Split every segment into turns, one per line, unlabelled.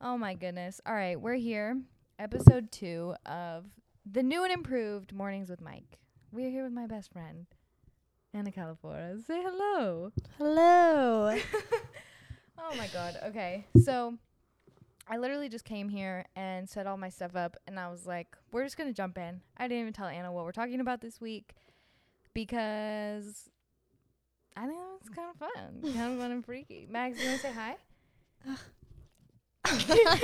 Oh my goodness. All right, we're here. Episode two of the new and improved Mornings with Mike. We're here with my best friend, Anna Calafora. Say hello.
Hello.
Oh my god. Okay. So I literally just came here and set all my stuff up and I was like, we're just going to jump in. I didn't even tell Anna what we're talking about this week because I think it's kind of fun. kind of fun and freaky. Max, you want to say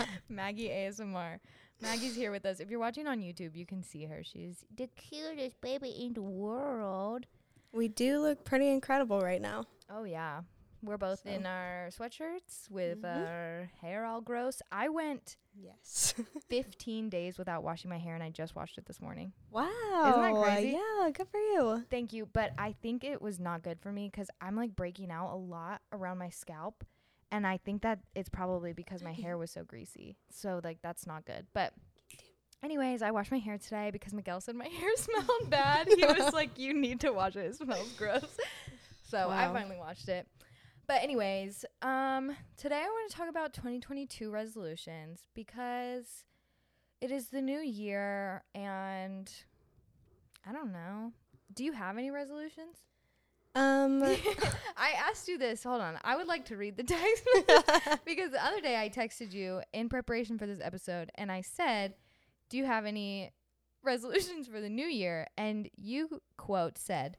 hi? Maggie ASMR. Maggie's here with us. If you're watching on YouTube, you can see her. She's the cutest baby in the world.
we do look pretty incredible right now.
Oh yeah. Mm-hmm. We're both in our sweatshirts with our hair all gross. I went
Yes.
15 days without washing my hair and I just washed it this morning.
wow.
crazy?
Yeah, good for you.
Thank you, but I think it was not good for me cuz I'm like breaking out a lot around my scalp and I think that it's probably because my hair was so greasy. So like that's not good. But anyways, I washed my hair today because Miguel said my hair smelled bad. He was like you need to wash it. It smells gross. So I
Wow.
finally watched it. But anyways, um today I want to talk about 2022 resolutions because it is the new year and I don't know. Do you have any resolutions?
Um
I asked you this. Hold on. I would like to read the text message because the other day I texted you in preparation for this episode and I said, "Do you have any resolutions for the new year?" And you quote said,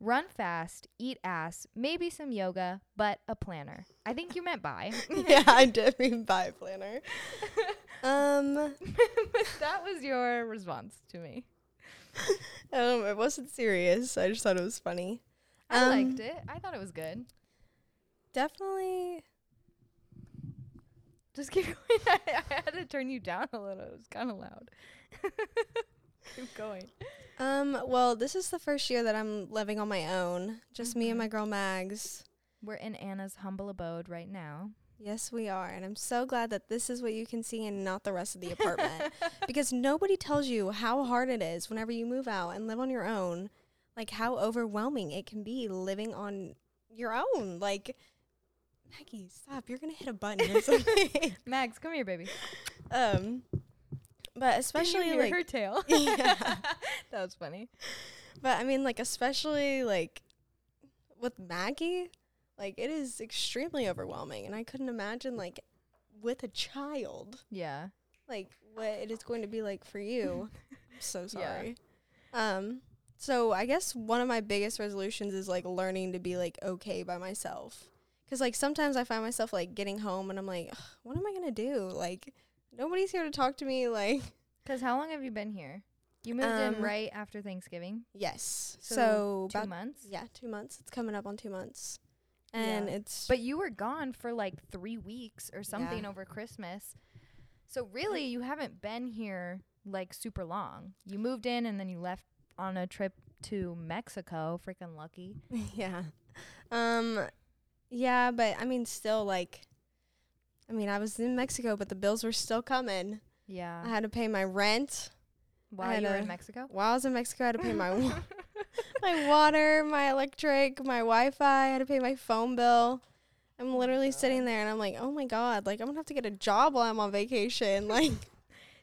"Run fast, eat ass, maybe some yoga, but a planner." I think you meant by.
yeah, I did mean by planner. Um
but that was your response to me.
um it wasn't serious. I just thought it was funny.
I
Um,
liked it. I thought it was good.
Definitely
Just keep going. I, I had to turn you down a little. It was kind of loud. keep going.
um well, this is the first year that I'm living on my own. Just me and my girl Mags.
We're in Anna's humble abode right now.
Yes, we are. And I'm so glad that this is what you can see and not the rest of the apartment. because nobody tells you how hard it is whenever you move out and live on your own, like how overwhelming it can be living on your own. Like, Maggie, stop. You're going to hit a button or something.
Mags, come here, baby.
um, but especially
hear
like,
her tail.
yeah.
that was funny.
But I mean, like, especially like with Maggie, like, it is extremely overwhelming. And I couldn't imagine, like, with a child.
Yeah.
like what it is going to be like for you. I'm so
Yeah.
sorry. Um so I guess one of my biggest resolutions is like learning to be like okay by myself. Cuz like sometimes I find myself like getting home and I'm like "Ugh, what am I going to do? Like nobody's here to talk to me like
Because how long have you been here? You moved in
Um,
right after Thanksgiving.
yes.
So
So,
Two
about
months.
yeah, 2 months. It's coming up on 2 months. And
Yeah.
it's
But you were gone for like three weeks or something
Yeah.
over Christmas. So really, you haven't been here like super long. You moved in and then you left on a trip to Mexico. Freaking lucky.
yeah. Um yeah, but I mean still like I mean, I was in Mexico, but the bills were still coming. I
Yeah.
had to pay my rent
While
had
you were in
a-
Mexico.
while I was in Mexico. I had to pay my wa- my water, my electric, my Wi-Fi. I had to pay my phone bill. I'm literally sitting there and I'm like, oh my god, like I'm gonna have to get a job while I'm on vacation. Like,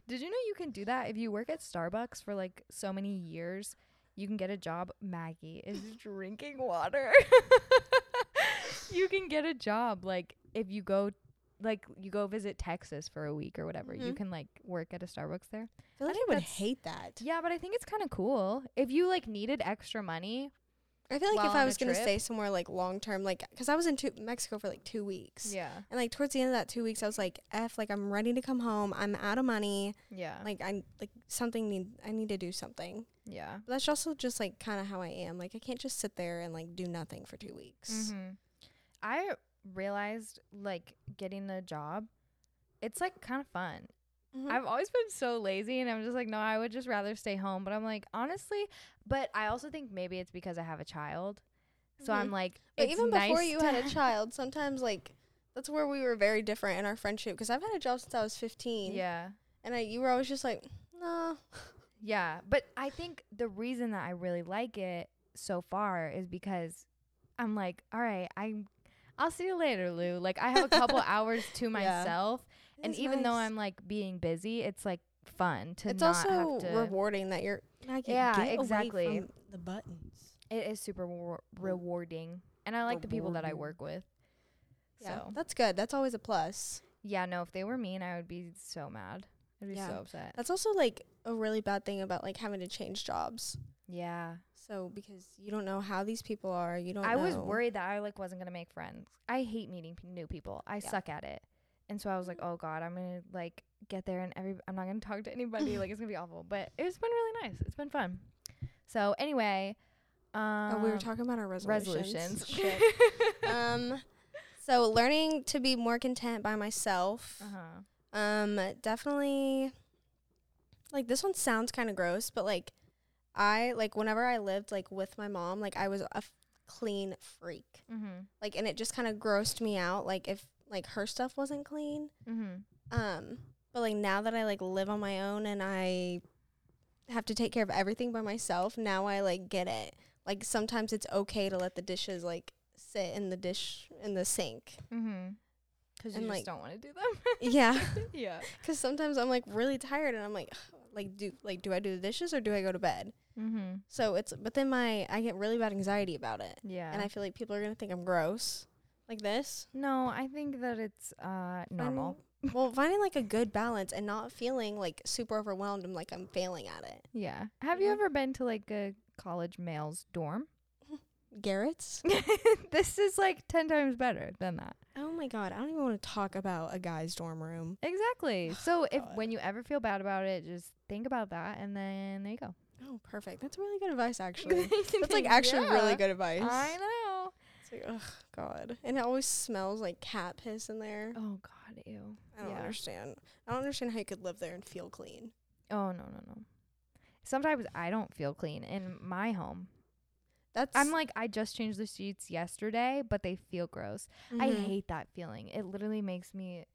Did you know you can do that if you work at Starbucks for like so many years? You can get a job. Maggie is drinking water. you can get a job like if you go like you go visit Texas for a week or whatever. You
Mhm.
can like work at a Starbucks there.
I feel like I,
think
would
that's-
hate that.
Yeah, but I think it's kind of cool. If you like needed extra money.
I feel like
While
if
on
I
a
was gonna
trip?
stay somewhere like long term, like, cause I was in two- Mexico for like two weeks.
Yeah.
And like towards the end of that two weeks, I was like, "F! Like I'm ready to come home. I'm out of money.
Yeah.
Like I like something need I need to do something."
yeah.
But that's also just like kind of how I am. Like I can't just sit there and like do nothing for two weeks.
Mhm. I realized like getting a job, it's like kind of fun.
Mhm.
I've always been so lazy and I'm just like, no, I would just rather stay home. But I'm like, honestly, but I also think maybe it's because I have a child. So I'm
Mhm.
like,
But
it's
even before
nice to
you had a
have-
child, sometimes like that's where we were very different in our friendship because I've had a job since I was 15.
Yeah.
And I, you were always just like, no.
Yeah. But I think the reason that I really like it so far is because I'm like, all right, I'm I'll see you later, Lou. Like I have a couple hours to myself,
It
and
is
even though
nice.
I'm like being busy, it's like fun to
it's
not
also
have to.
rewarding that you're like
Yeah,
get away
exactly.
from the buttons.
it is super rewar- rewarding, and I like the people that I
Rewarding.
work with.
Yeah,
So
that's good. That's always a plus.
yeah, no, if they were mean, I would be so mad. I'd be
Yeah.
so upset.
That's also like a really bad thing about like having to change jobs.
Yeah,
So because you don't know how these people are, you don't.
I was
know.
worried that I like wasn't gonna make friends. I hate meeting p- new people. I
Yeah. Mm.
suck at it, and so I was like, oh god, I'm gonna like get there and every I'm not gonna talk to anybody. like it's gonna be awful. But it's been really nice. It's been fun. So anyway, um,
Oh, we were talking about our resolutions.
resolutions.
Shit. um, so learning to be more content by myself.
uh huh.
Um, definitely. Like this one sounds kind of gross, but like, I like whenever I lived like with my mom, like I was a f- clean freak.
Mhm.
Like, and it just kind of grossed me out. Like if like her stuff wasn't clean.
Mhm.
Um, but like now that I like live on my own and I have to take care of everything by myself, now I like get it. Like sometimes it's okay to let the dishes like sit in the dish in the sink.
Mhm. Because you
And,
just
like-
don't want to do them.
Yeah,
yeah.
cuz sometimes I'm like really tired and I'm like like do like do I do the dishes or do I go to bed?
Mhm.
So it's but then my I get really bad anxiety about it.
Yeah.
And I feel like people are going to think I'm gross. Like this.
no, I think that it's uh normal.
Finding- well, finding like a good balance and not feeling like super overwhelmed and like I'm failing at it.
Yeah. Have you
Yeah.
ever been to like a college male's dorm?
Garrett's
this is like ten times better than that.
Oh my god, I don't even want to talk about a guy's dorm room.
Exactly. So if
Oh God.
when you ever feel bad about it, just think about that, and then there you go.
Oh, perfect. That's really good advice, actually. That's like actually really
Yeah.
good advice.
I know.
It's like, ugh, God. And it always smells like cat piss in there.
Oh God, ew.
I don't
yeah.
understand. I don't understand how you could live there and feel clean.
Oh no no no. Sometimes I don't feel clean in my home.
That's
I'm like I just changed the sheets yesterday, but they feel gross. I
Mhm.
hate that feeling. It literally makes me.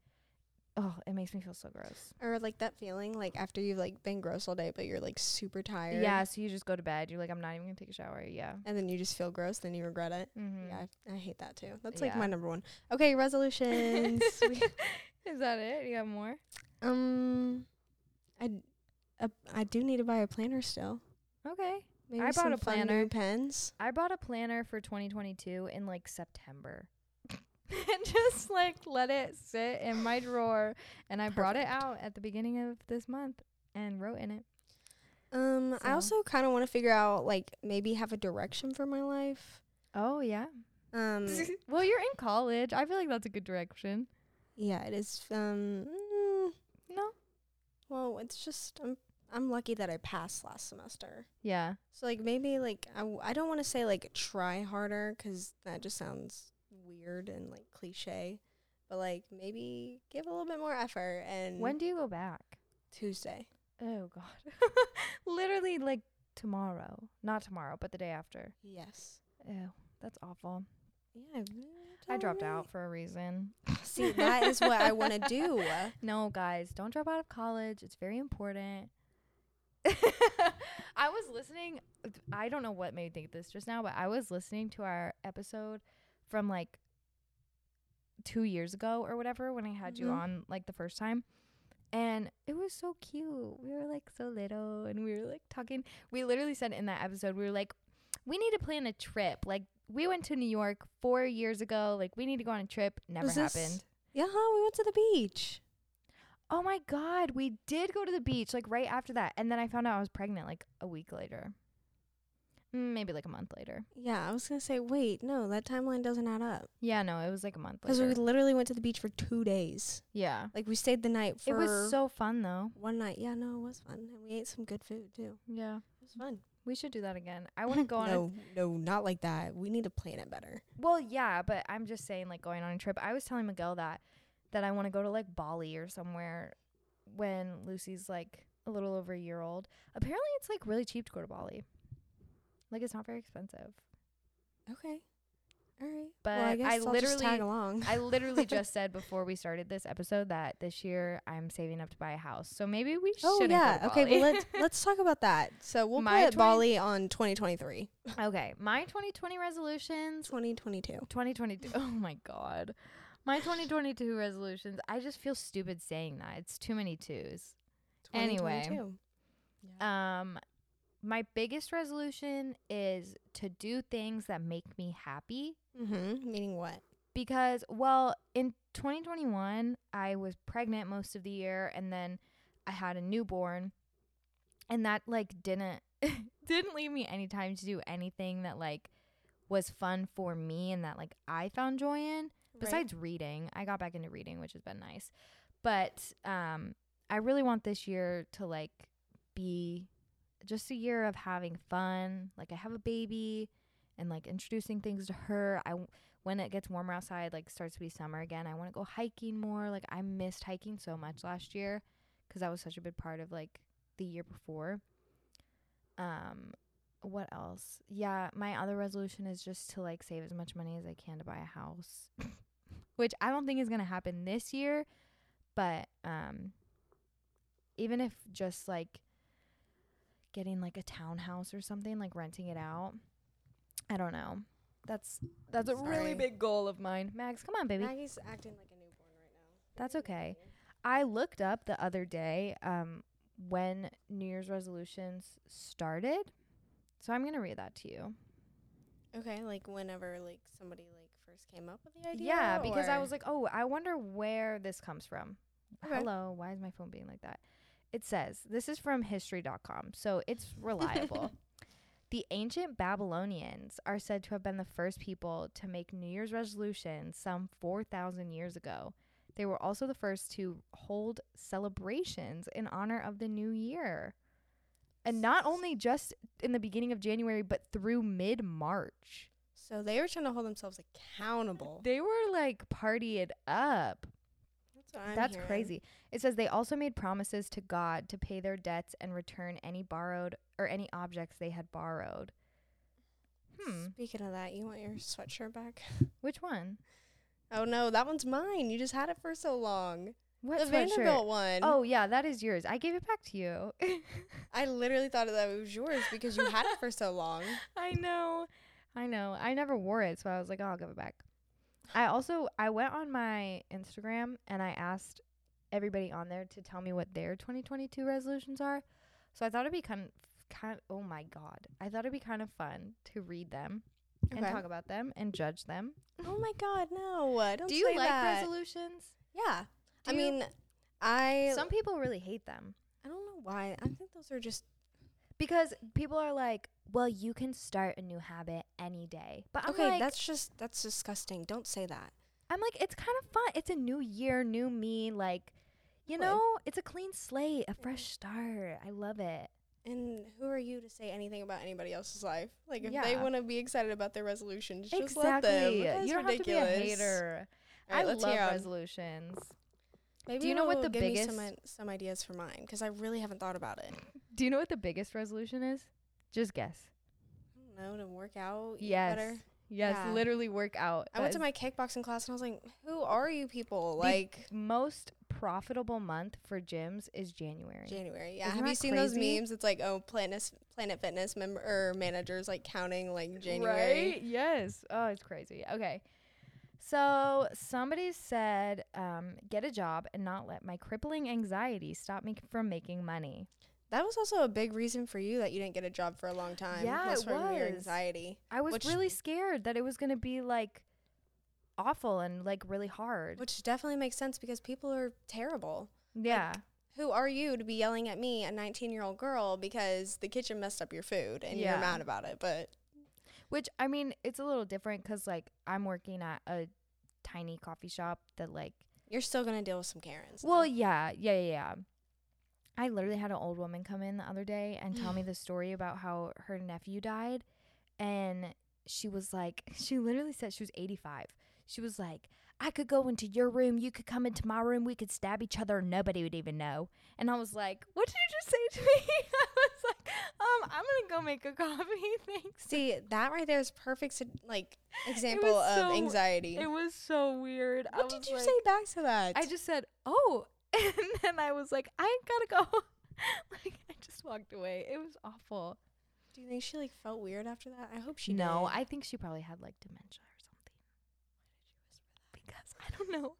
Oh, it makes me feel so gross.
or like that feeling like after you've like been gross all day, but you're like super tired.
Yeah, so you just go to bed. You're like, I'm not even gonna take a shower. Yeah.
And then you just feel gross, then you regret it.
Mm-hmm.
Yeah, I, I hate that too. That's like
Yeah.
my number one. Okay, resolutions. We-
Is that it? You got more?
um, I, uh, I do need to buy a planner still.
Okay.
Maybe
bought
some
a
fun new
planner.
pens.
I bought a planner for 2022 in like September. and just like let it sit in my drawer and I brought it
Perfect.
out at the beginning of this month and wrote in it.
Um, I
So.
also kind of want to figure out like maybe have a direction for my life.
Oh yeah.
Um,
well, you're in college. I feel like that's a good direction.
yeah, it is. Um, mm,
No.
well, it's just I'm I'm lucky that I passed last semester.
Yeah.
So like maybe like I w- I don't want to say like try harder 'cause that just sounds weird and like cliche, but like maybe give a little bit more effort and
When do you go back?
Tuesday.
Oh god. Literally like tomorrow. Not tomorrow, but the day after.
Yes.
Ew. That's awful.
Yeah.
I dropped
totally.
out for a reason.
See, that is what I want to do.
No, guys, don't drop out of college. It's very important. I was listening. I don't know what made me think this just now, but I was listening to our episode from like two years ago or whatever when I had you
Mhm.
on like the first time. And it was so cute. We were like so little and we were like talking. We literally said in that episode, we were like, we need to plan a trip. Like, we went to New York four years ago. Like, we need to go on a trip. Never
Was this-
happened.
Yeah, we went to the beach.
Oh my god, we did go to the beach like right after that, and then I found out I was pregnant like a week later, Mm, maybe like a month later.
Yeah, I was gonna say, wait, no, that timeline doesn't add up
Yeah, no, it was like a month
because we
later.
literally went to the beach for two days.
yeah,
Like we stayed the night for
it was so fun though.
one night. Yeah, no, it was fun, and we ate some good food too.
Yeah,
It was fun.
we should do that again. I want to go on. A,
No, no, not like that. We need to plan it better.
well, yeah, but I'm just saying like going on a trip. I was telling Miguel that that I want to go to like Bali or somewhere when Lucy's like a little over a year old. Apparently, it's like really cheap to go to Bali. Like it's not very expensive.
Okay. All right.
But
well, I, guess
I
will just tag
literally-
along.
I literally just said before we started this episode that this year I'm saving up to buy a house. So maybe we should.
Oh yeah. okay. Well,
Bali.
let's let's talk about that. So we'll
My 20
put Bali on 2023,
okay. My 2020 resolutions.
2022.
2022. Oh my god. My 2022 resolutions. I just feel stupid saying that. It's too many twos. Anyway.
2022.
Um my biggest resolution is to do things that make me happy
Mhm. Meaning what?
because well, in 2021 I was pregnant most of the year and then I had a newborn and that like didn't didn't leave me any time to do anything that like was fun for me and that like I found joy in. besides reading i got back into reading which has been nice but um i really want this year to like be just a year of having fun like i have a baby and like introducing things to her i w- when it gets warmer outside like starts to be summer again i want to go hiking more like i missed hiking so much last year because that was such a big part of like the year before um what else yeah my other resolution is just to like save as much money as i can to buy a house which I don't think is going to happen this year, but um even if just like getting like a townhouse or something, like renting it out. I don't know. That's that's a
Sorry.
really big goal of mine. Max, come on, baby.
Maggie's acting like a newborn right now.
That's okay. I looked up the other day um when New Year's resolutions started. So I'm going to read that to you.
Okay, like whenever like somebody like first came up with the idea.
Yeah, because I
or-
was like, oh, I wonder where this comes from.
Okay.
Hello, why is my phone being like that? It says, this is from history.com, so it's reliable. the ancient Babylonians are said to have been the first people to make New Year's resolutions some 4,000 years ago. They were also the first to hold celebrations in honor of the new year. And not only just in the beginning of January, but through mid March.
so they were trying to hold themselves accountable.
They were like partied up.
That's what I'm
That's
hearing.
crazy. It says they also made promises to God to pay their debts and return any borrowed or any objects they had borrowed. Hmm.
Speaking of that, you want your sweatshirt back?
Which one?
Oh no, that one's mine. You just had it for so long.
What
the
sweatshirt?
Vanderbilt one.
Oh yeah, that is yours. I gave it back to you.
I literally thought that it was yours because you had it for so long.
I know. I know. I never wore it, so I was like, oh, I'll give it back. I also I went on my Instagram and I asked everybody on there to tell me what their 2022 resolutions are. So I thought it'd be kind of, kind oh my god. I thought it'd be kind of fun to read them and
Okay.
talk about them and judge them.
Oh my god, no! uh, Don't
Do you
say
like
that.
resolutions?
Yeah,
Do
I
you-
mean, I
Some people really hate them
I don't know why. I think those are just
because people are like, "Well, you can start a new habit any day." But I'm
okay.
like,
that's just that's disgusting. Don't say that.
I'm like, it's kind of fun. It's a new year, new me. Like, you
Good.
know, it's a clean slate, a fresh start. I love it.
And who are you to say anything about anybody else's life? Like if they
Yeah.
want to be excited about their resolutions, just let them. That's
You don't
ridiculous.
have to be a hater.
All right,
I
let's
love
hear 'em.
resolutions.
Maybe
Do you know what
it'll
the
give me some,
biggest-
i- some ideas for mine? Because I really haven't thought about it.
Do you know what the biggest resolution is? Just guess.
I don't know to work out. eat
Yes.
better.
Yes,
Yeah.
literally work out.
I went to
That
my kickboxing class and I was like, "Who are you people?"
The-
Like
is most profitable month for gyms is January.
January. Yeah.
Isn't
Have you
that
seen those
crazy?
memes? It's like, oh, Planet Planet Fitness member or managers like counting like January.
Right? Yes. Oh, it's crazy. Okay. So somebody said, um, get a job and not let my crippling anxiety stop me from making money.
That was also a big reason for you that you didn't get a job for a long time.
Yeah,
was
it
from your
was.
anxiety,
I was
Which-
really scared that it was going to be like awful and like really hard.
which definitely makes sense because people are terrible.
yeah.
Who are you to be yelling at me, a 19 year old girl, because the kitchen messed up your food and you're
Yeah.
mad about it? But
Which I mean, it's a little different cuz like I'm working at a tiny coffee shop that like
you're still gonna deal with some Karens.
Well, yeah, yeah, yeah, yeah. I literally had an old woman come in the other day and tell me the story about how her nephew died. And she was like, she literally said she was 85. She was like, I could go into your room, you could come into my room, we could stab each other, and nobody would even know. And I was like, What did you just say to me? I was like, Um, I'm gonna go make a coffee. Thanks.
See, that right there is perfect s- like example
was
of
so-
anxiety.
It was so weird. I
what did
was
you
like-
say back to that?
I just said, "Oh," and then I was like, "I gotta go." like I just walked away. It was awful.
Do you think she like felt weird after that? I hope she
no,
did.
I think she probably had like dementia or something. Because I don't know.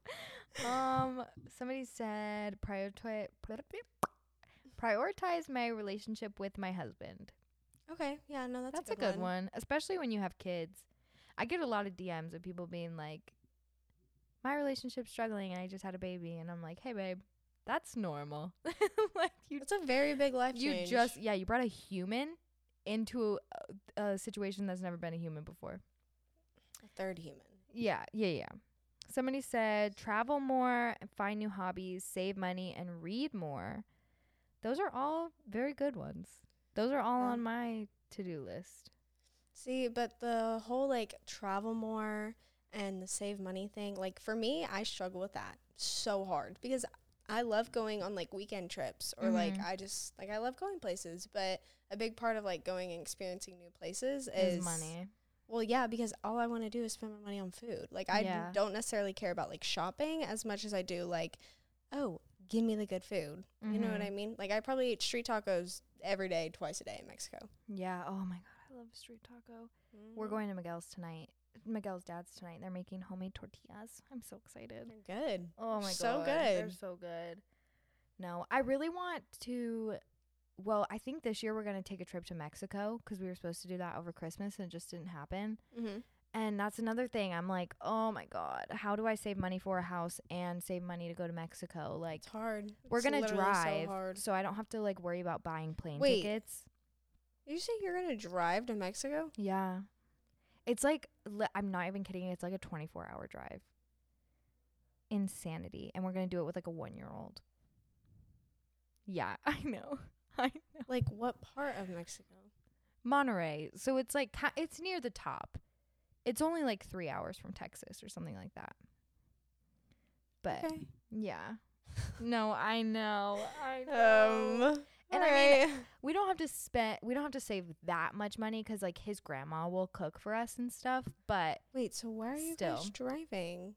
um, somebody said prioritize prioritize my relationship with my husband.
Okay, yeah, no, that's,
That's, a good one. especially when you have kids. I get a lot of DMs of people being like, "My relationship's struggling, and I just had a baby," and I'm like, "Hey, babe, that's normal. like you,
It's a very big life
you
change.
just yeah, you brought a human into a, a situation that's never been a human before.
a third human.
Yeah, yeah, yeah." Somebody said, "Travel more, and find new hobbies, save money, and read more." Those are all very good ones. Those are all
Yeah.
on my to-do list.
See, but the whole like travel more and the save money thing, like for me, I struggle with that so hard because I love going on like weekend trips or like
Mhm.
I just like I love going places, but a big part of like going and experiencing new places
Is money.
Well, yeah, because all I want to do is spend my money on food. Like I d-
Yeah.
don't necessarily care about like shopping as much as I do like, oh, give me the good food. You know what
Mhm.
I mean? Like I probably eat street tacos every day, twice a day in Mexico.
Yeah. Oh my god, I love street taco.
Mm-hmm.
We're going to Miguel's tonight. Miguel's dad's tonight. They're making homemade tortillas. I'm so excited.
They're good.
Oh my
So
god. They're
good.
so good. No, I really want to well, I think this year we're going to take a trip to Mexico cuz we were supposed to do that over Christmas and it just didn't happen.
Mm-hmm.
And that's another thing. I'm like, "Oh my god, how do I save money for a house and save money to go to Mexico?" Like
It's hard.
we're
It's
going to
literally
drive
So hard.
so I don't have to like worry about buying plane
Wait.
tickets.
You say you're gonna drive to Mexico?
Yeah. It's like li- I'm not even kidding. It's like a 24 hour drive. Insanity. And we're going to do it with like a 1 year old. Yeah, I know. I know.
Like what part of Mexico?
Monterey. So it's like ki- it's near the top. It's only like 3 hours from Texas or something like that. But
Okay.
yeah. No, I know. I know.
Um.
And I
mean,
we don't have to spend we don't have to save that much money cuz like his grandma will cook for us and stuff, but
wait. So why are you guys
still.
driving?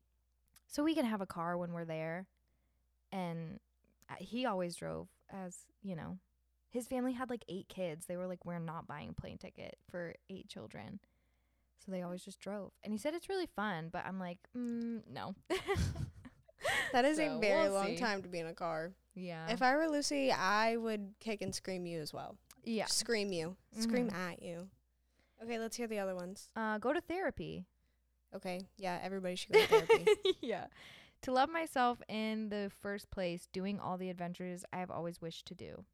so we can have a car when we're there and uh, he always drove as you know his family had like eight kids they were like we're not buying a plane ticket for eight children so they always just drove and he said it's really fun but i'm like mm, no
That is a
So,
very
we'll
long
see.
time to be in a car.
yeah
If I were Lucy, I would kick and scream you as well.
yeah
Scream you. Scream
Mhm.
at you. Okay, let's hear the other ones.
uh, go to therapy
Okay, yeah, everybody should go to therapy.
yeah to love myself in the first place doing all the adventures i have always wished to do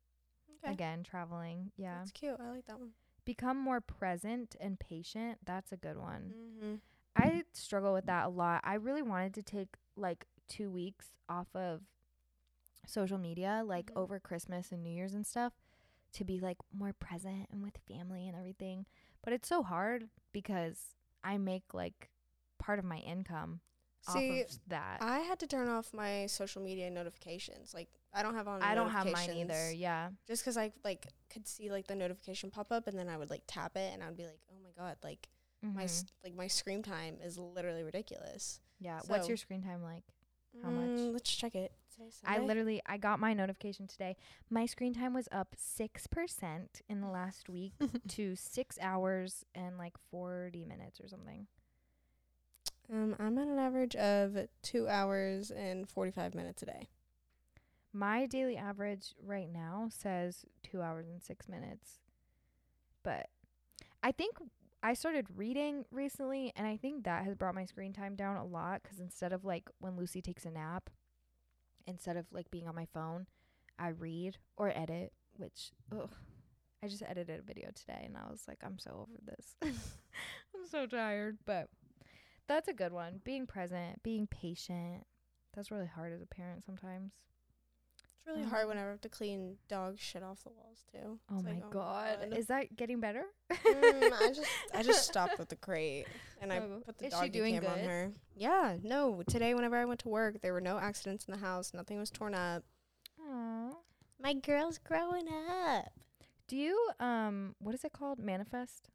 Okay.
again traveling yeah
That's cute. I like that one.
become more present and patient that's a good one
Mm-hmm.
I struggle with that a lot. I really wanted to take like two weeks off of social media, like
Mhm.
over Christmas and New Year's and stuff, to be like more present and with family and everything. But it's so hard because I make like part of my income
See,
off of that.
I had to turn off my social media notifications. Like, I don't have on.
I don't have mine
notifications
either. Yeah.
Just because I like could see like the notification pop up, and then I would like tap it, and I'd be like, "Oh my god!" Like my s
Mhm.
like my screen time is literally ridiculous.
yeah. What's your
so-
screen time like? How much?
let's check it. Today's
I
Sunday?
literally I got my notification today. My screen time was up six percent in the last week to six hours and like forty minutes or something.
Um, I'm at an average of two hours and 45 minutes a day.
My daily average right now says two hours and six minutes. But I think I started reading recently and I think that has brought my screen time down a lot because instead of like when Lucy takes a nap, instead of like being on my phone, I read or edit, which ugh, I just edited a video today and I was like, I'm so over this. I'm so tired. But that's a good one. Being present, being patient. That's really hard as a parent sometimes.
It's really hard
Um,
when I have to clean dog shit off the walls too.
Oh
It's
my
like,
god. Is that getting better?
Mm, I just I just stopped with the crate and I
Oh,
put the
is she
doggy
doing
cam on
good?
her. Yeah, no. Today, whenever I went to work, there were no accidents in the house. Nothing was torn up.
Aw.
My girl's growing up.
Do you um what is it called? Manifest?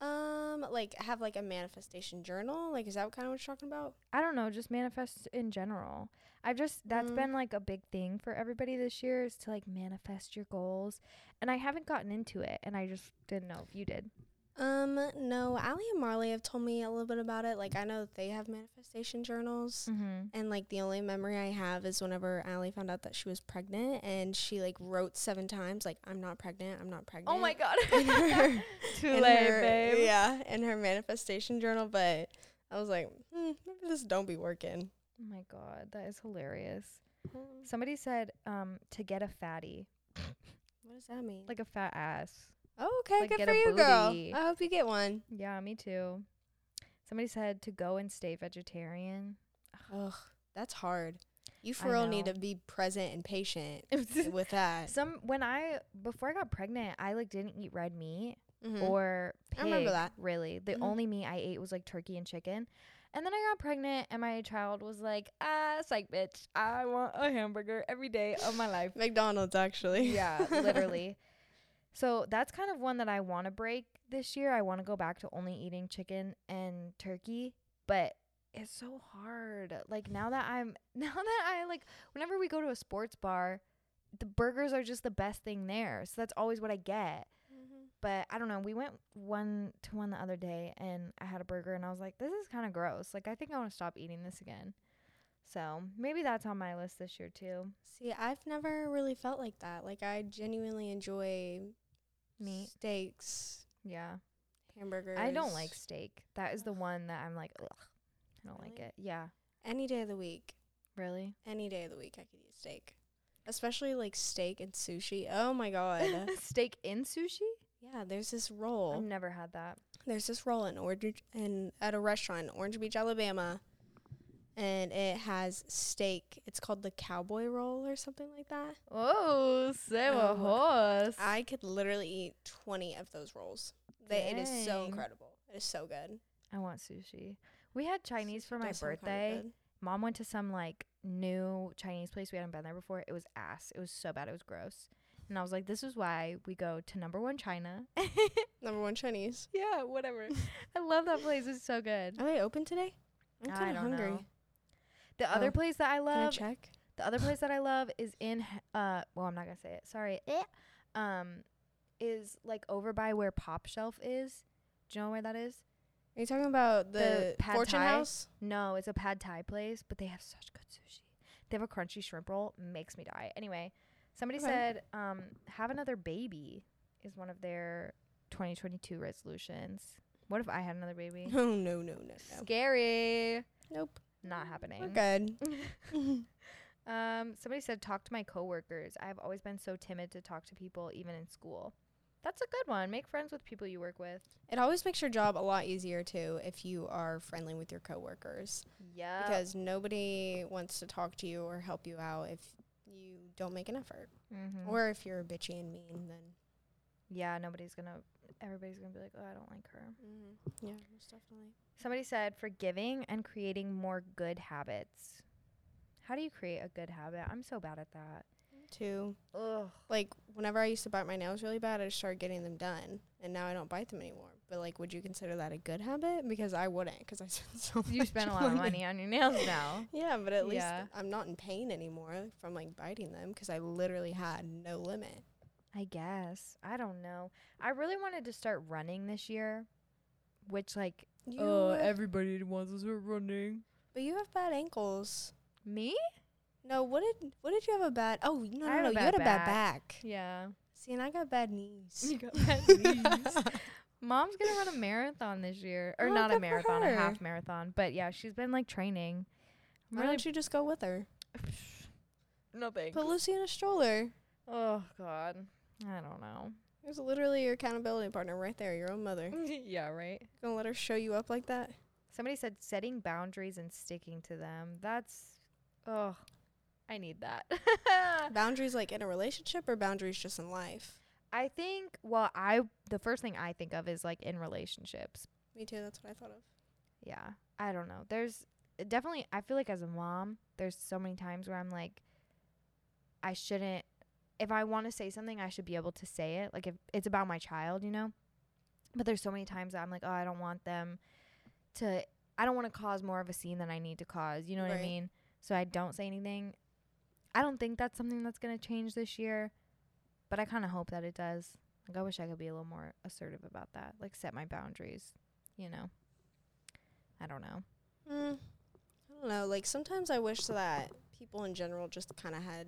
Um, like have like a manifestation journal. Like, is that kind of what you're talking about?
I don't know, just manifest in general. I've just that's
Mm.
been like a big thing for everybody this year is to like manifest your goals. And I haven't gotten into it and I just didn't know if you did.
Um, no. Allie and Marley have told me a little bit about it. Like, I know that they have manifestation journals.
Mhm.
And like the only memory I have is whenever Allie found out that she was pregnant, and she like wrote seven times, like "I'm not pregnant, I'm not pregnant."
Oh my god.
In her-
Too
in
late,
her-
babe.
Yeah, in her manifestation journal. But I was like, hmm, maybe this don't be working.
Oh my god, that is hilarious.
Mm,
Somebody said um to get a fatty,
What does that mean?
like a fat ass.
oh, okay,
like,
good
get
for
a
you, girl.
booty.
I hope you get one.
Yeah, me too. Somebody said to go and stay vegetarian.
Ugh, that's hard. You
I
for real need
know.
to be present and patient with that.
Some when I before I got pregnant, I like didn't eat red meat
Mhm.
or pig,
I remember that.
Really, the
Mhm.
only meat I ate was like turkey and chicken. And then I got pregnant, and my child was like, "Ah, psych, bitch! I want a hamburger every day of my life."
McDonald's, actually.
yeah, literally. So that's kind of one that I want to break this year. I want to go back to only eating chicken and turkey, but it's so hard. Like now that I'm now that I like whenever we go to a sports bar, the burgers are just the best thing there. So that's always what I get.
Mm-hmm.
But I don't know. We went one to one the other day and I had a burger and I was like, this is kind of gross. Like I think I want to stop eating this again. So maybe that's on my list this year too.
See, I've never really felt like that. Like I genuinely enjoy
Meat.
steaks,
Yeah.
hamburgers.
I don't like steak. That is the one that I'm like, ugh, I don't like
Really?
it. Yeah,
any day of the week.
really.
Any day of the week, I could eat steak. Especially like steak and sushi. Oh my god.
steak in sushi?
yeah, there's this
I've
roll.
never had that.
There's this roll in Orange and at a restaurant in Orange Beach, Alabama, and it has steak. It's called the cowboy roll or something like that.
Oh, say
Oh,
horse.
I could literally eat 20 of those rolls. They, it is so
Dang.
incredible. It is so good.
I want sushi. We had Chinese for my
Does sound kinda
birthday.
good.
Mom went to some like new Chinese place. We hadn't been there before. It was ass. It was so bad. It was gross. And I was like, this is why we go to number one China.
Number one Chinese.
yeah, whatever. I love that place. It's so good.
Are they open today? I'm
I
kind of
don't
hungry.
know. The other
Oh,
place that I
Can I
love
check?
The other place that I love is in H- uh well I'm not gonna say it sorry eh, um is like over by where Pop Shelf is. Do you know where that is?
Are you talking about
The
the,
pad
Fortune
thai?
House?
No, it's a pad thai place, but they have such good sushi. They have a crunchy shrimp roll, makes me die. Anyway, somebody
Okay.
said um have another baby is one of their 2022 resolutions. What if I had another baby?
Oh no no no no.
Scary.
Nope.
Not happening.
We're good.
Um, somebody said talk to my coworkers. I've always been so timid to talk to people, even in school. That's a good one. Make friends with people you work with.
It always makes your job a lot easier too if you are friendly with your coworkers
Yeah.
because nobody wants to talk to you or help you out if you don't make an effort
mm-hmm.
or if you're bitchy and mean then
yeah, nobody's gonna. Everybody's gonna be like, oh, I don't like her. Mm-hmm.
yeah most definitely
Somebody said forgiving and creating more good habits. How do you create a good habit? I'm so bad at that.
too
Ugh.
like whenever I used to bite my nails really bad I started getting them done and now I don't bite them anymore but like would you consider that a good habit because I wouldn't because I spend so much
You spend a lot of money on your nails now.
Yeah, but at least
Yeah.
I'm not in pain anymore from like biting them because I literally had no limit.
I guess. I don't know. I really wanted to start running this year, which like,
You,
oh, everybody wants to start running.
but you have bad ankles.
Me?
No, what did what did you have a bad? Oh no
I
no
have a
no, you
bad
had a bad
back.
back.
Yeah.
See, and I got bad knees.
Mom's gonna run a marathon this year, or
Oh,
not a
good for
marathon, a
her.
half marathon. But yeah, she's been like training. I'm
Why
really
don't you just go with her?
no thanks.
Put Lucy in a stroller.
Oh God, I don't know.
There's literally your accountability partner right there, your own mother.
yeah, right.
Gonna let her show you up like that?
Somebody said setting boundaries and sticking to them. That's, oh, I need that.
Boundaries like in a relationship or boundaries just in life?
I think. Well, I the first thing I think of is like in relationships,
Me too. That's what I thought of.
yeah i don't know there's uh, definitely i feel like as a mom there's so many times where i'm like i shouldn't if I want to say something, I should be able to say it. Like if it's about my child, you know. But there's so many times that I'm like, oh, I don't want them to. I don't want to cause more of a scene than I need to cause. You know what
Right.
I mean? So I don't say anything. I don't think that's something that's gonna change this year, but I kind of hope that it does. Like I wish I could be a little more assertive about that. Like set my boundaries. You know. I don't know.
Mm, I don't know. Like sometimes I wish that people in general just kind of had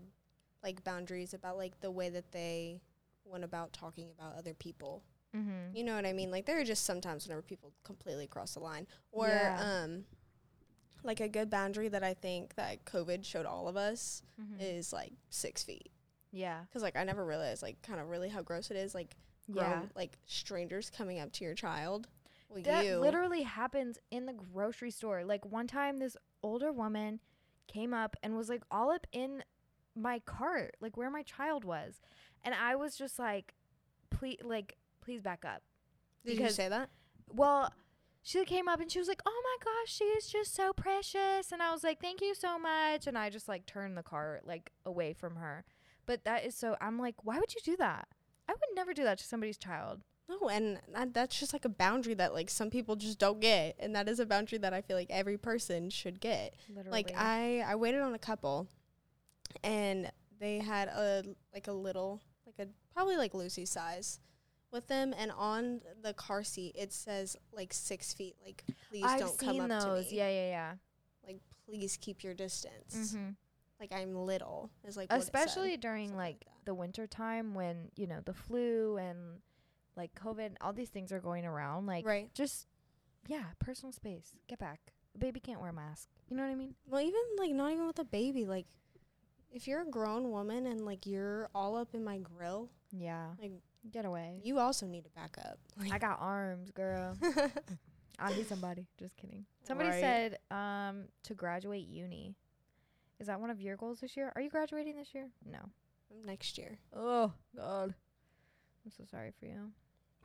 like boundaries about like the way that they went about talking about other people.
Mm-hmm.
You know what I mean? Like there are just sometimes whenever people completely cross the line, or
Yeah.
um, like a good boundary that I think that COVID showed all of us is like six feet.
Mm-hmm. Yeah.
Cause like I never realized like kind of really how gross it is like grown,
Yeah.
like strangers coming up to your child. Well,
That
you
literally happens in the grocery store. Like one time, this older woman came up and was like all up in my cart, like where my child was, and I was just like, please, like please back up.
did you
because-
say that?
Well, she came up and she was like, "Oh my gosh, she is just so precious," and I was like, "Thank you so much," and I just like turned the cart like away from her. But that is so. I'm like, why would you do that? I would never do that to somebody's child.
No, and that, that's just like a boundary that like some people just don't get, and that is a boundary that I feel like every person should get.
Literally,
Like I, I waited on a couple, and they had a like a little like a probably like Lucy's size with them, and on the car seat it says like six feet. Like please
I've
don't
seen
come up
those.
to me.
Yeah, yeah,
Like please keep your distance.
yeah. Mm-hmm.
Like I'm little. Is like what it said,
especially during
something
like,
that.
the winter time when you know the flu and like covid all these things are going around like
right.
just yeah personal space get back a baby can't wear a mask you know what i mean
Well, even like not even with a baby. Like if you're a grown woman and like you're all up in my grill,
yeah
like
get away
you also need to back up.
i
Like,
got arms girl i'll be somebody just kidding somebody
Right.
said um to graduate uni is that one of your goals this year are you graduating this year no
next year.
Oh God, I'm so sorry for you.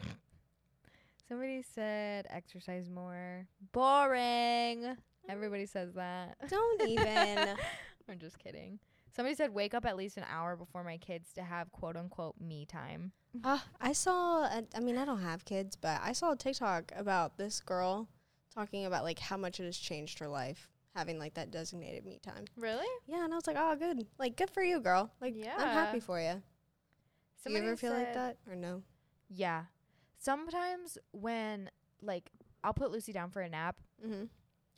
Somebody said exercise more. Boring. Everybody says that.
Don't even.
I'm just kidding. Somebody said wake up at least an hour before my kids to have quote unquote me time.
Uh, I saw, a, I mean, I don't have kids, but I saw a TikTok about this girl talking about like how much it has changed her life having like that designated me time.
Really?
Yeah, and I was like, oh, good. Like, good for you, girl. Like, I'm happy
Yeah.
for you. Do you ever feel like that or no?
Yeah. Sometimes when like I'll put Lucy down for a nap
Mm-hmm.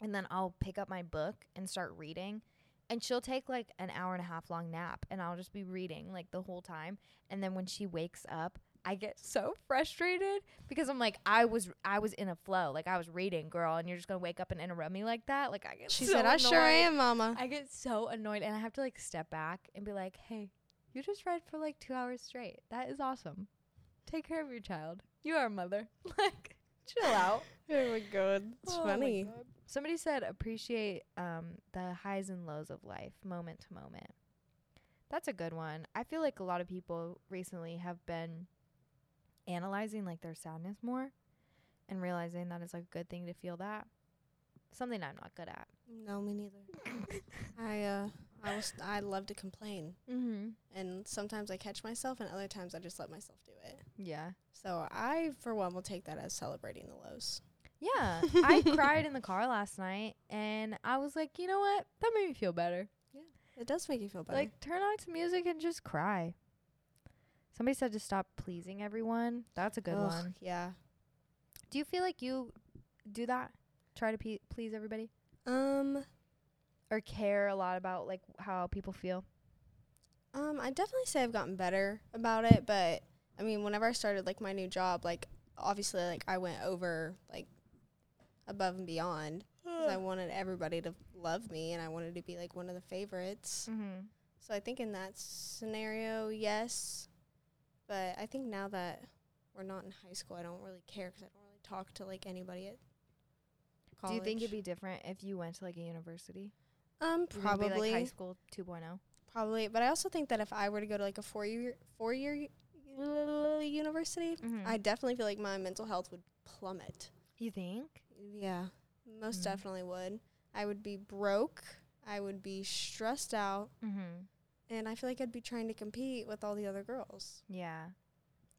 and then I'll pick up my book and start reading. And she'll take like an hour and a half long nap, and I'll just be reading like the whole time. And then when she wakes up, I get so frustrated because I'm like, I was I was in a flow, like I was reading, girl, and you're just gonna wake up and interrupt me like that. Like I get
She
so
said, I sure
annoyed.
am, mama.
I get so annoyed, and I have to like step back and be like, Hey, you just read for like two hours straight. That is awesome. Take care of your child. You are a mother. Like, chill out.
oh my god, it's
Oh my
funny.
God. Somebody said appreciate um, the highs and lows of life, moment to moment. That's a good one. I feel like a lot of people recently have been analyzing like their sadness more and realizing that it's like a good thing to feel that. Something I'm not good at.
No, me neither. I uh, I was I love to complain,
mm-hmm.
and sometimes I catch myself, and other times I just let myself do it.
Yeah.
So I, for one, will take that as celebrating the lows.
Yeah. I cried in the car last night and I was like, you know what? That made me feel better.
It does make you feel better.
Like turn on some music and just cry. Somebody said to stop pleasing everyone. That's a good
Ugh,
one.
Yeah.
Do you feel like you do that? Try to pe- please everybody
Um.
or care a lot about like how people feel?
Um. I definitely say I've gotten better about it, but I mean, whenever I started like my new job, like obviously, like I went over like above and beyond. 'cause I wanted everybody to love me, and I wanted to be like one of the favorites.
Mhm.
So I think in that scenario, yes. But I think now that we're not in high school, I don't really care because I don't really talk to like anybody at
Do
college.
you think it'd be different if you went to like a university?
um
Do you think it'd be,
probably
like high school oh? 2.0.
probably? But I also think that if I were to go to like a four year four year university,
Mhm.
I definitely feel like my mental health would plummet.
You think?
Yeah, most
Mm.
definitely would. I would be broke. I would be stressed out,
Mhm.
And I feel like I'd be trying to compete with all the other girls.
Yeah.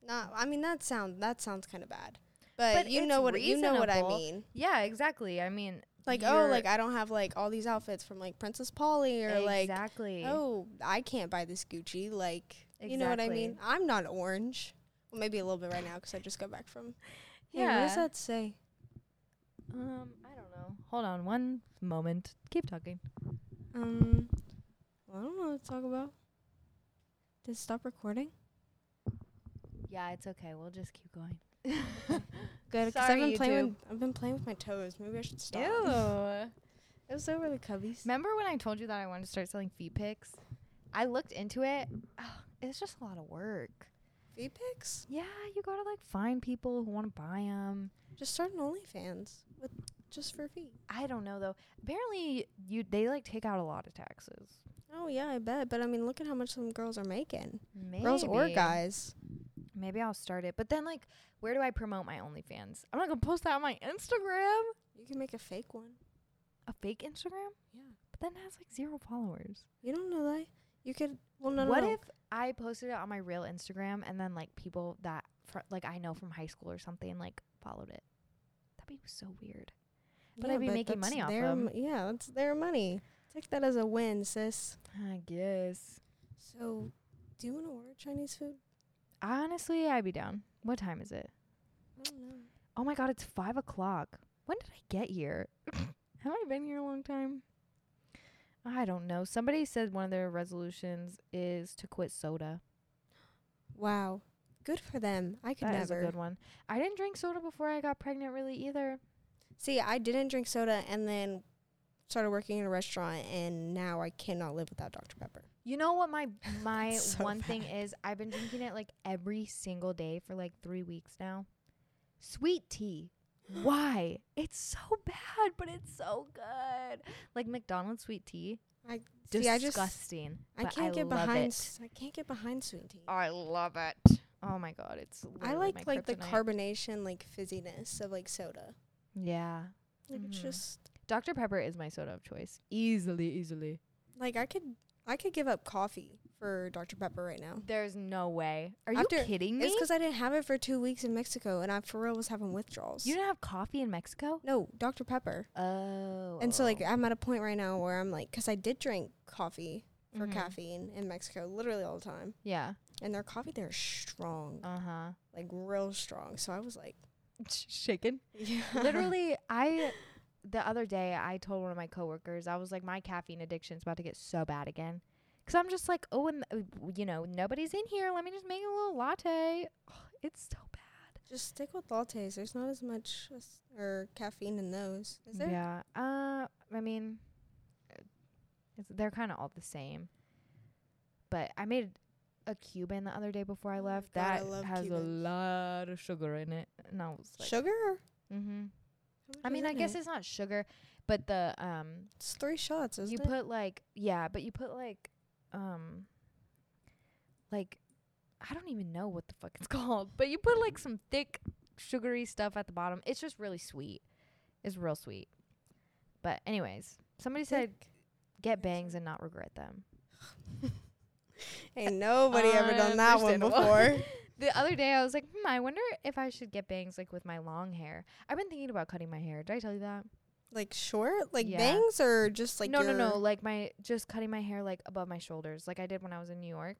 Not, I mean that sound that sounds kind of bad, but,
But
you
it's
know what you know what I
reasonable.
mean.
Yeah, exactly. I mean,
Like oh,
You're-
like I don't have like all these outfits from like Princess Polly or like
exactly.
oh I can't buy this Gucci. Like you know what I mean? I'm not orange. Well, maybe a little bit right now because I just got back from. Hey, What does
Yeah.
that say?
Um, I don't know. Hold on one moment. Keep talking.
Um, well, I don't know what to talk about. Did it stop recording?
Yeah, it's okay. We'll just keep going.
Good, because I've
Sorry,
been
you
playing.
two.
With, I've been playing with my toes. Maybe I should stop.
Ew.
It was over the cubbies.
Remember when I told you that I wanted to start selling feet pics? I looked into it. Ugh, it's just a lot of work.
V pics.
Yeah, you gotta like find people who want to buy them.
Just start an OnlyFans with just for feet.
I don't know though. Apparently, you they like take out a lot of taxes.
Oh yeah, I bet. But I mean, look at how much some girls are making. Girls or
Maybe.
guys.
Maybe I'll start it. But then like, where do I promote my OnlyFans? I'm not gonna post that on my Instagram.
You can make a fake one.
A fake Instagram,
Yeah.
but then it has like zero followers.
You don't know that. You could. Well, no, no.
what
no.
if I posted it on my real Instagram and then like people that fr- like I know from high school or something like followed it? That'd be so weird. but I'd be making
that's
money off
their
them.
mo- Yeah, that's their money. Take that as a win, sis.
I guess.
So, do you want to order Chinese food?
Honestly, I'd be down. What time is it?
I don't know.
Oh my god, it's five o'clock. When did I get here? Have I been here a long time? I don't know. Somebody said one of their resolutions is to quit soda.
Wow, good for them. I could
That is
never.
a good one. I didn't drink soda before I got pregnant, really either.
See, I didn't drink soda and then started working in a restaurant, and now I cannot live without Dr. Pepper.
You know what my my
So
one thing is? I've been drinking it like every single day for like three weeks now. Sweet tea. Why? It's so bad, but it's so good. Like McDonald's sweet tea.
I- see, I just-
disgusting.
I
but
can't get
love
behind.
It.
s- I can't get behind sweet tea.
I love it. Oh my god, it's.
I
literally
like
my
like the
kryptonite.
carbonation, like fizziness of like soda.
Yeah,
Like it's
Mhm.
just
Dr Pepper is my soda of choice. Easily, easily.
like I could I could give up coffee for Dr Pepper right now.
There's no way. Are you
After-
kidding me?
It's because I didn't have it for two weeks in Mexico, and I for real was having withdrawals.
you don't have coffee in Mexico?
no Dr Pepper.
Oh.
And so like I'm at a point right now where I'm like, because I did drink coffee for
Mhm.
caffeine in Mexico literally all the time,
Yeah.
and their coffee there is strong,
Uh huh.
like real strong. So I was like,
Shaken.
yeah.
Literally, I the other day I told one of my coworkers I was like, my caffeine addiction's about to get so bad again. Cause I'm just like, oh, and uh, you know, nobody's in here. Let me just make a little latte. Ugh, it's so bad.
Just stick with lattes. There's not as much as, or caffeine in those. Is there?
Yeah. Uh, I mean, uh, it's, they're kind of all the same. But I made a Cuban the other day before I
Oh my
left.
God, I
that
love
has a
Cubans.
lot of sugar in it, and I was like,
Sugar? How
Mm-hmm.
much
I
is
mean, I
in
guess
it?
it's not sugar, but the um,
it's three shots, isn't
you
it?
put like yeah, but you put like um, like I don't even know what the fuck it's called, but you put like some thick sugary stuff at the bottom. It's just really sweet. It's real sweet. But anyways, somebody said get bangs and not regret them.
Ain't nobody ever done that one before.
Uh, Understandable. The other day I was like, hmm, I wonder if I should get bangs like with my long hair. I've been thinking about cutting my hair. Did I tell you that?
like short, like
Yeah.
bangs, or just like
no no
your-
no like my just cutting my hair like above my shoulders like i did when i was in new york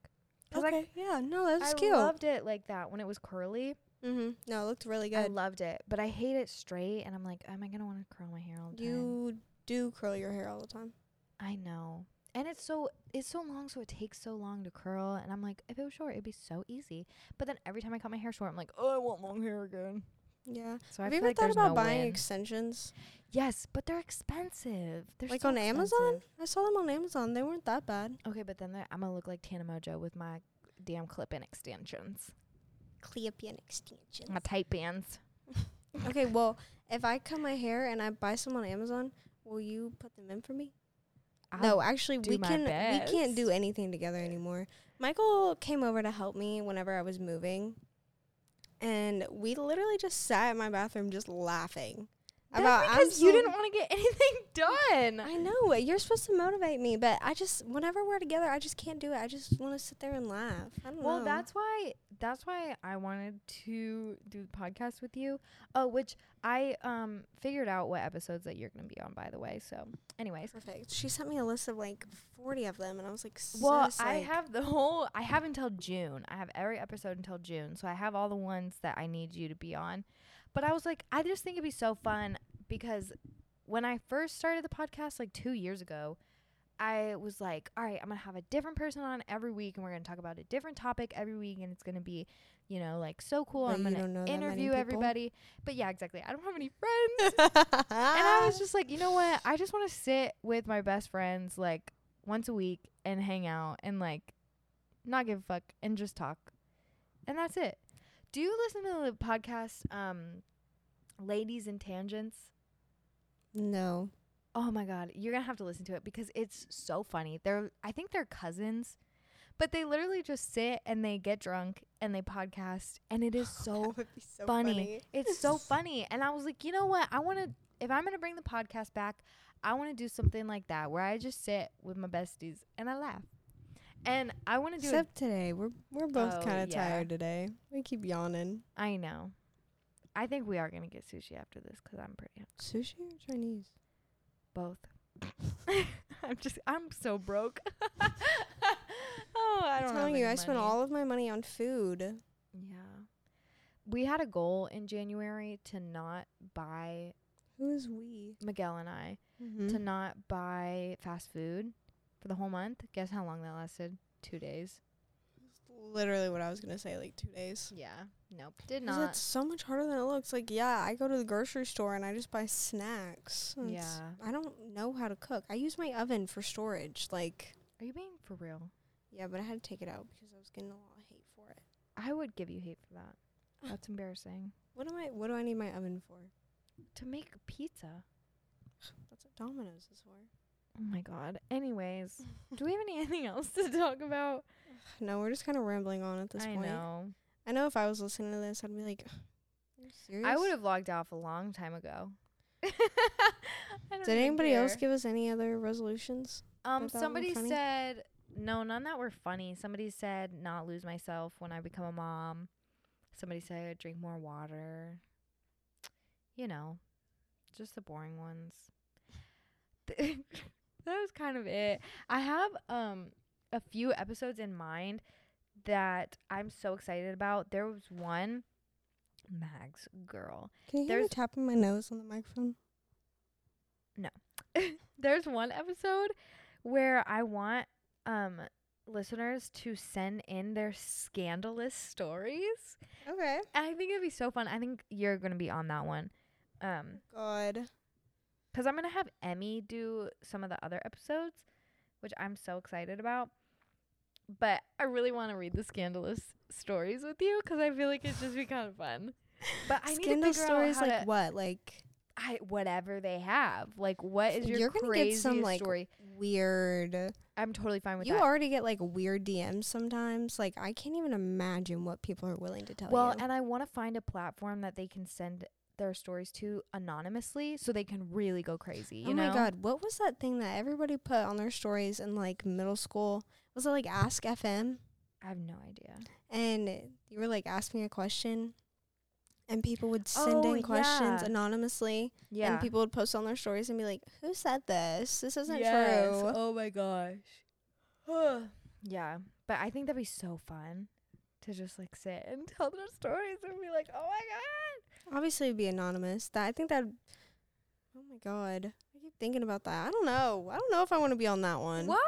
'Cause I-
Okay, yeah, no, that's
i
cute.
loved it like that when it was curly
mm-hmm. No, it looked really
i
good.
loved it but i hate it straight and i'm like am i gonna want to curl my hair all the time
You do curl your hair all the time.
i know and it's so it's so long so it takes so long to curl and i'm like if it was short it'd be so easy but then every time i cut my hair short i'm like oh i want long hair again
Yeah.
so
Have
i
you
feel
ever
like
thought
there's
about
no
buying
win.
extensions,
yes but they're expensive they're
like
so
on Amazon?
expensive.
I saw them on Amazon. They weren't that bad.
okay but then they're- i'm gonna look like tana mojo with my damn clip-in extensions
Cleopian extensions.
my tight bands
okay, well, if I cut my hair and I buy some on Amazon, will you put them in for me? no, actually,
do
we
my
can we can't do
best.
anything together anymore. Michael came over to help me whenever I was moving, and we literally just sat in my bathroom just laughing about I'm
because you
so-
didn't want to get anything done.
I know you're supposed to motivate me, but I just whenever we're together, I just can't do it. I just want to sit there and laugh. I don't
Well,
know.
that's why that's why I wanted to do the podcast with you. Oh, which I um figured out what episodes that you're gonna be on, by the way. So, anyways,
perfect. She sent me a list of like 40 of them, and I was like, sis,
well, I
like-
have the whole. I have until June. I have every episode until June, so I have all the ones that I need you to be on. But I was like, I just think it'd be so fun because when I first started the podcast like two years ago, I was like, all right, I'm gonna have a different person on every week, and we're gonna talk about a different topic every week, and it's gonna be, you know, like so cool.
But
I'm
you
gonna
don't know that many
interview
people?
everybody. But yeah, exactly. I don't have any friends and I was just like, you know what? I just want to sit with my best friends like once a week and hang out and like not give a fuck and just talk. And that's it. Do you listen to the podcast um Ladies and Tangents?
no.
Oh my god, you're going to have to listen to it because it's so funny. They're I think they're cousins, but they literally just sit and they get drunk and they podcast and it is so
That would be so
funny. It's so funny. And I was like, you know what? I want to, if I'm going to bring the podcast back, I want to do something like that where I just sit with my besties and I laugh. And I want to do it.
Except today, we're we're both
Oh,
kind of
yeah.
tired today. We keep yawning.
I know. I think we are going to get sushi after this because I'm pretty hungry.
Sushi or Chinese?
Both. I'm just, I'm so broke. oh, I don't
I'm
have
telling you,
any
I spent
money.
all of my money on food.
Yeah. We had a goal in January to not buy,
Who's we?
Miguel and I,
Mm-hmm.
to not buy fast food for the whole month. Guess how long that lasted? Two days.
Literally what I was gonna say, like two days.
Yeah. Nope. Did
'Cause
not.
It's so much harder than it looks. Like, yeah, I go to the grocery store and I just buy snacks. and it's-
Yeah.
I don't know how to cook. I use my oven for storage. Like,
Are you being for real?
yeah, but I had to take it out because I was getting a lot of hate for it.
I would give you hate for that. That's embarrassing.
What am I? What do I need my oven for?
To make pizza.
That's what Domino's is for.
Oh my god. Anyways, do we have anything else to talk about?
No, we're just kind of rambling on at this
I
point.
know.
I know if I was listening to this, I'd be like, Are you serious?
I would have logged off a long time ago. I don't
Did
even
anybody else
care.
give us any other resolutions?
Um,
that were
somebody
funny?
said no, none that were funny. Somebody said not lose myself when I become a mom. Somebody said drink more water. You know, just the boring ones. that was kind of it. I have um a few episodes in mind that I'm so excited about. There was one, Mags girl.
Can you hear me
There's-
tapping my nose on the microphone?
there's one episode where I want um listeners to send in their scandalous stories.
Okay.
And I think it'd be so fun. I think you're gonna be on that one. Um,
God.
cause I'm gonna have Emmy do some of the other episodes, which I'm so excited about. But I really want to read the scandalous stories with you because I feel like it'd just be kind of fun. But I
Scandal
need to figure
stories
out how
like
to,
what? Like
I, whatever they have. Like, what is your
You're gonna
crazy
get some, like,
story?
weird.
I'm totally fine with
You
that.
already get like weird DMs sometimes. Like I can't even imagine what people are willing to tell
Well,
you.
and I want to find a platform that they can send their stories to anonymously so they can really go crazy. You
oh
know?
my god, what was that thing that everybody put on their stories in like middle school? Was it like Ask FM?
I have no idea.
And you were like, ask me a question. And people would send
Oh,
in questions
yeah.
anonymously.
Yeah.
And people would post on their stories and be like, who said this? This isn't true.
Oh my gosh. yeah. But I think that'd be so fun to just like sit and tell their stories and be like, oh my god.
Obviously, it'd be anonymous. That I think that. Oh my god, I keep thinking about that. I don't know. I don't know if I want to be on that one.
Why?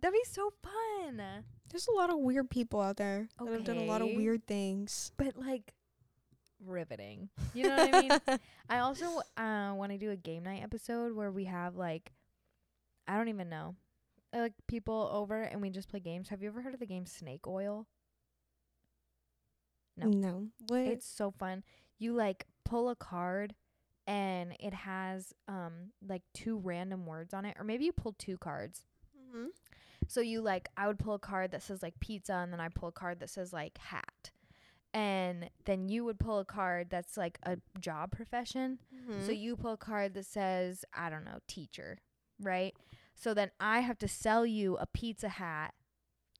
That'd be so fun.
There's a lot of weird people out there that have done a lot of
Okay.
weird things.
But like riveting. You know what I mean? I also uh, want to do a game night episode where we have like, I don't even know, uh, like people over and we just play games. Have you ever heard of the game Snake Oil? No.
no. no. What?
It's so fun. You like pull a card and it has um like two random words on it, or maybe you pull two cards.
hmm
So you like, I would pull a card that says like pizza, and then I pull a card that says like hat. and then you would pull a card that's like a job profession. So
So
you pull a card that says, I don't know, teacher, right? So then I have to sell you a pizza hat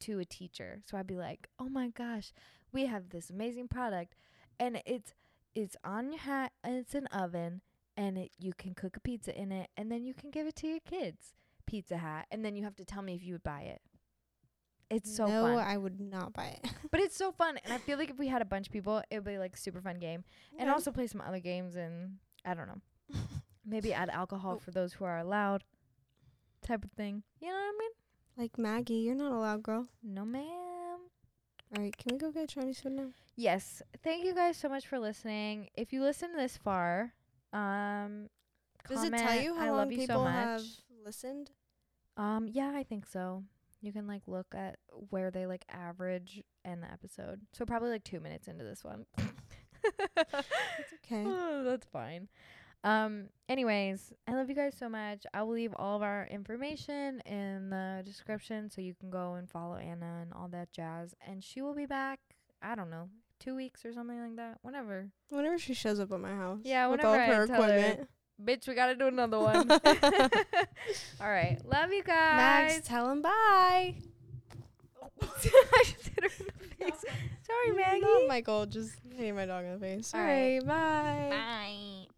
to a teacher. So I'd be like, "Oh my gosh, we have this amazing product and it's it's on your hat and it's an oven and it, you can cook a pizza in it and then you can give it to your kids. Pizza hat and then you have to tell me if you would buy it. It's so
no,
fun.
I would not buy it.
But it's so fun, and I feel like if we had a bunch of people, it would be like super fun game, and
Okay.
also play some other games, and I don't know, maybe add
Oh.
alcohol for those who are allowed, type of thing. You know what I
like Maggie, you're not allowed, girl.
mean? No, ma'am.
All right, can we go get Chinese food now?
Yes, thank you guys so much for listening. If you listen this far, um,
Does it tell
comment,
you
I
how
love
long
you so
people
much.
have listened?
Um, yeah, I think so. You can like look at where they like average end the episode. So probably like two minutes into this one.
Okay.
Oh, that's fine. Um, anyways, I love you guys so much. I will leave all of our information in the description so you can go and follow Anna and all that jazz. And she will be back, I don't know, two weeks or something like that. Whenever.
Whenever she shows up at my house.
Yeah,
with all
whenever
of her
I tell her.
equipment.
Bitch, we gotta do another one. all right. Love you guys.
Max, tell him bye.
I just hit her in the face. Sorry, Maggie.
Not Michael, just hitting my dog in the face.
All
All
right.
right, bye.
Bye.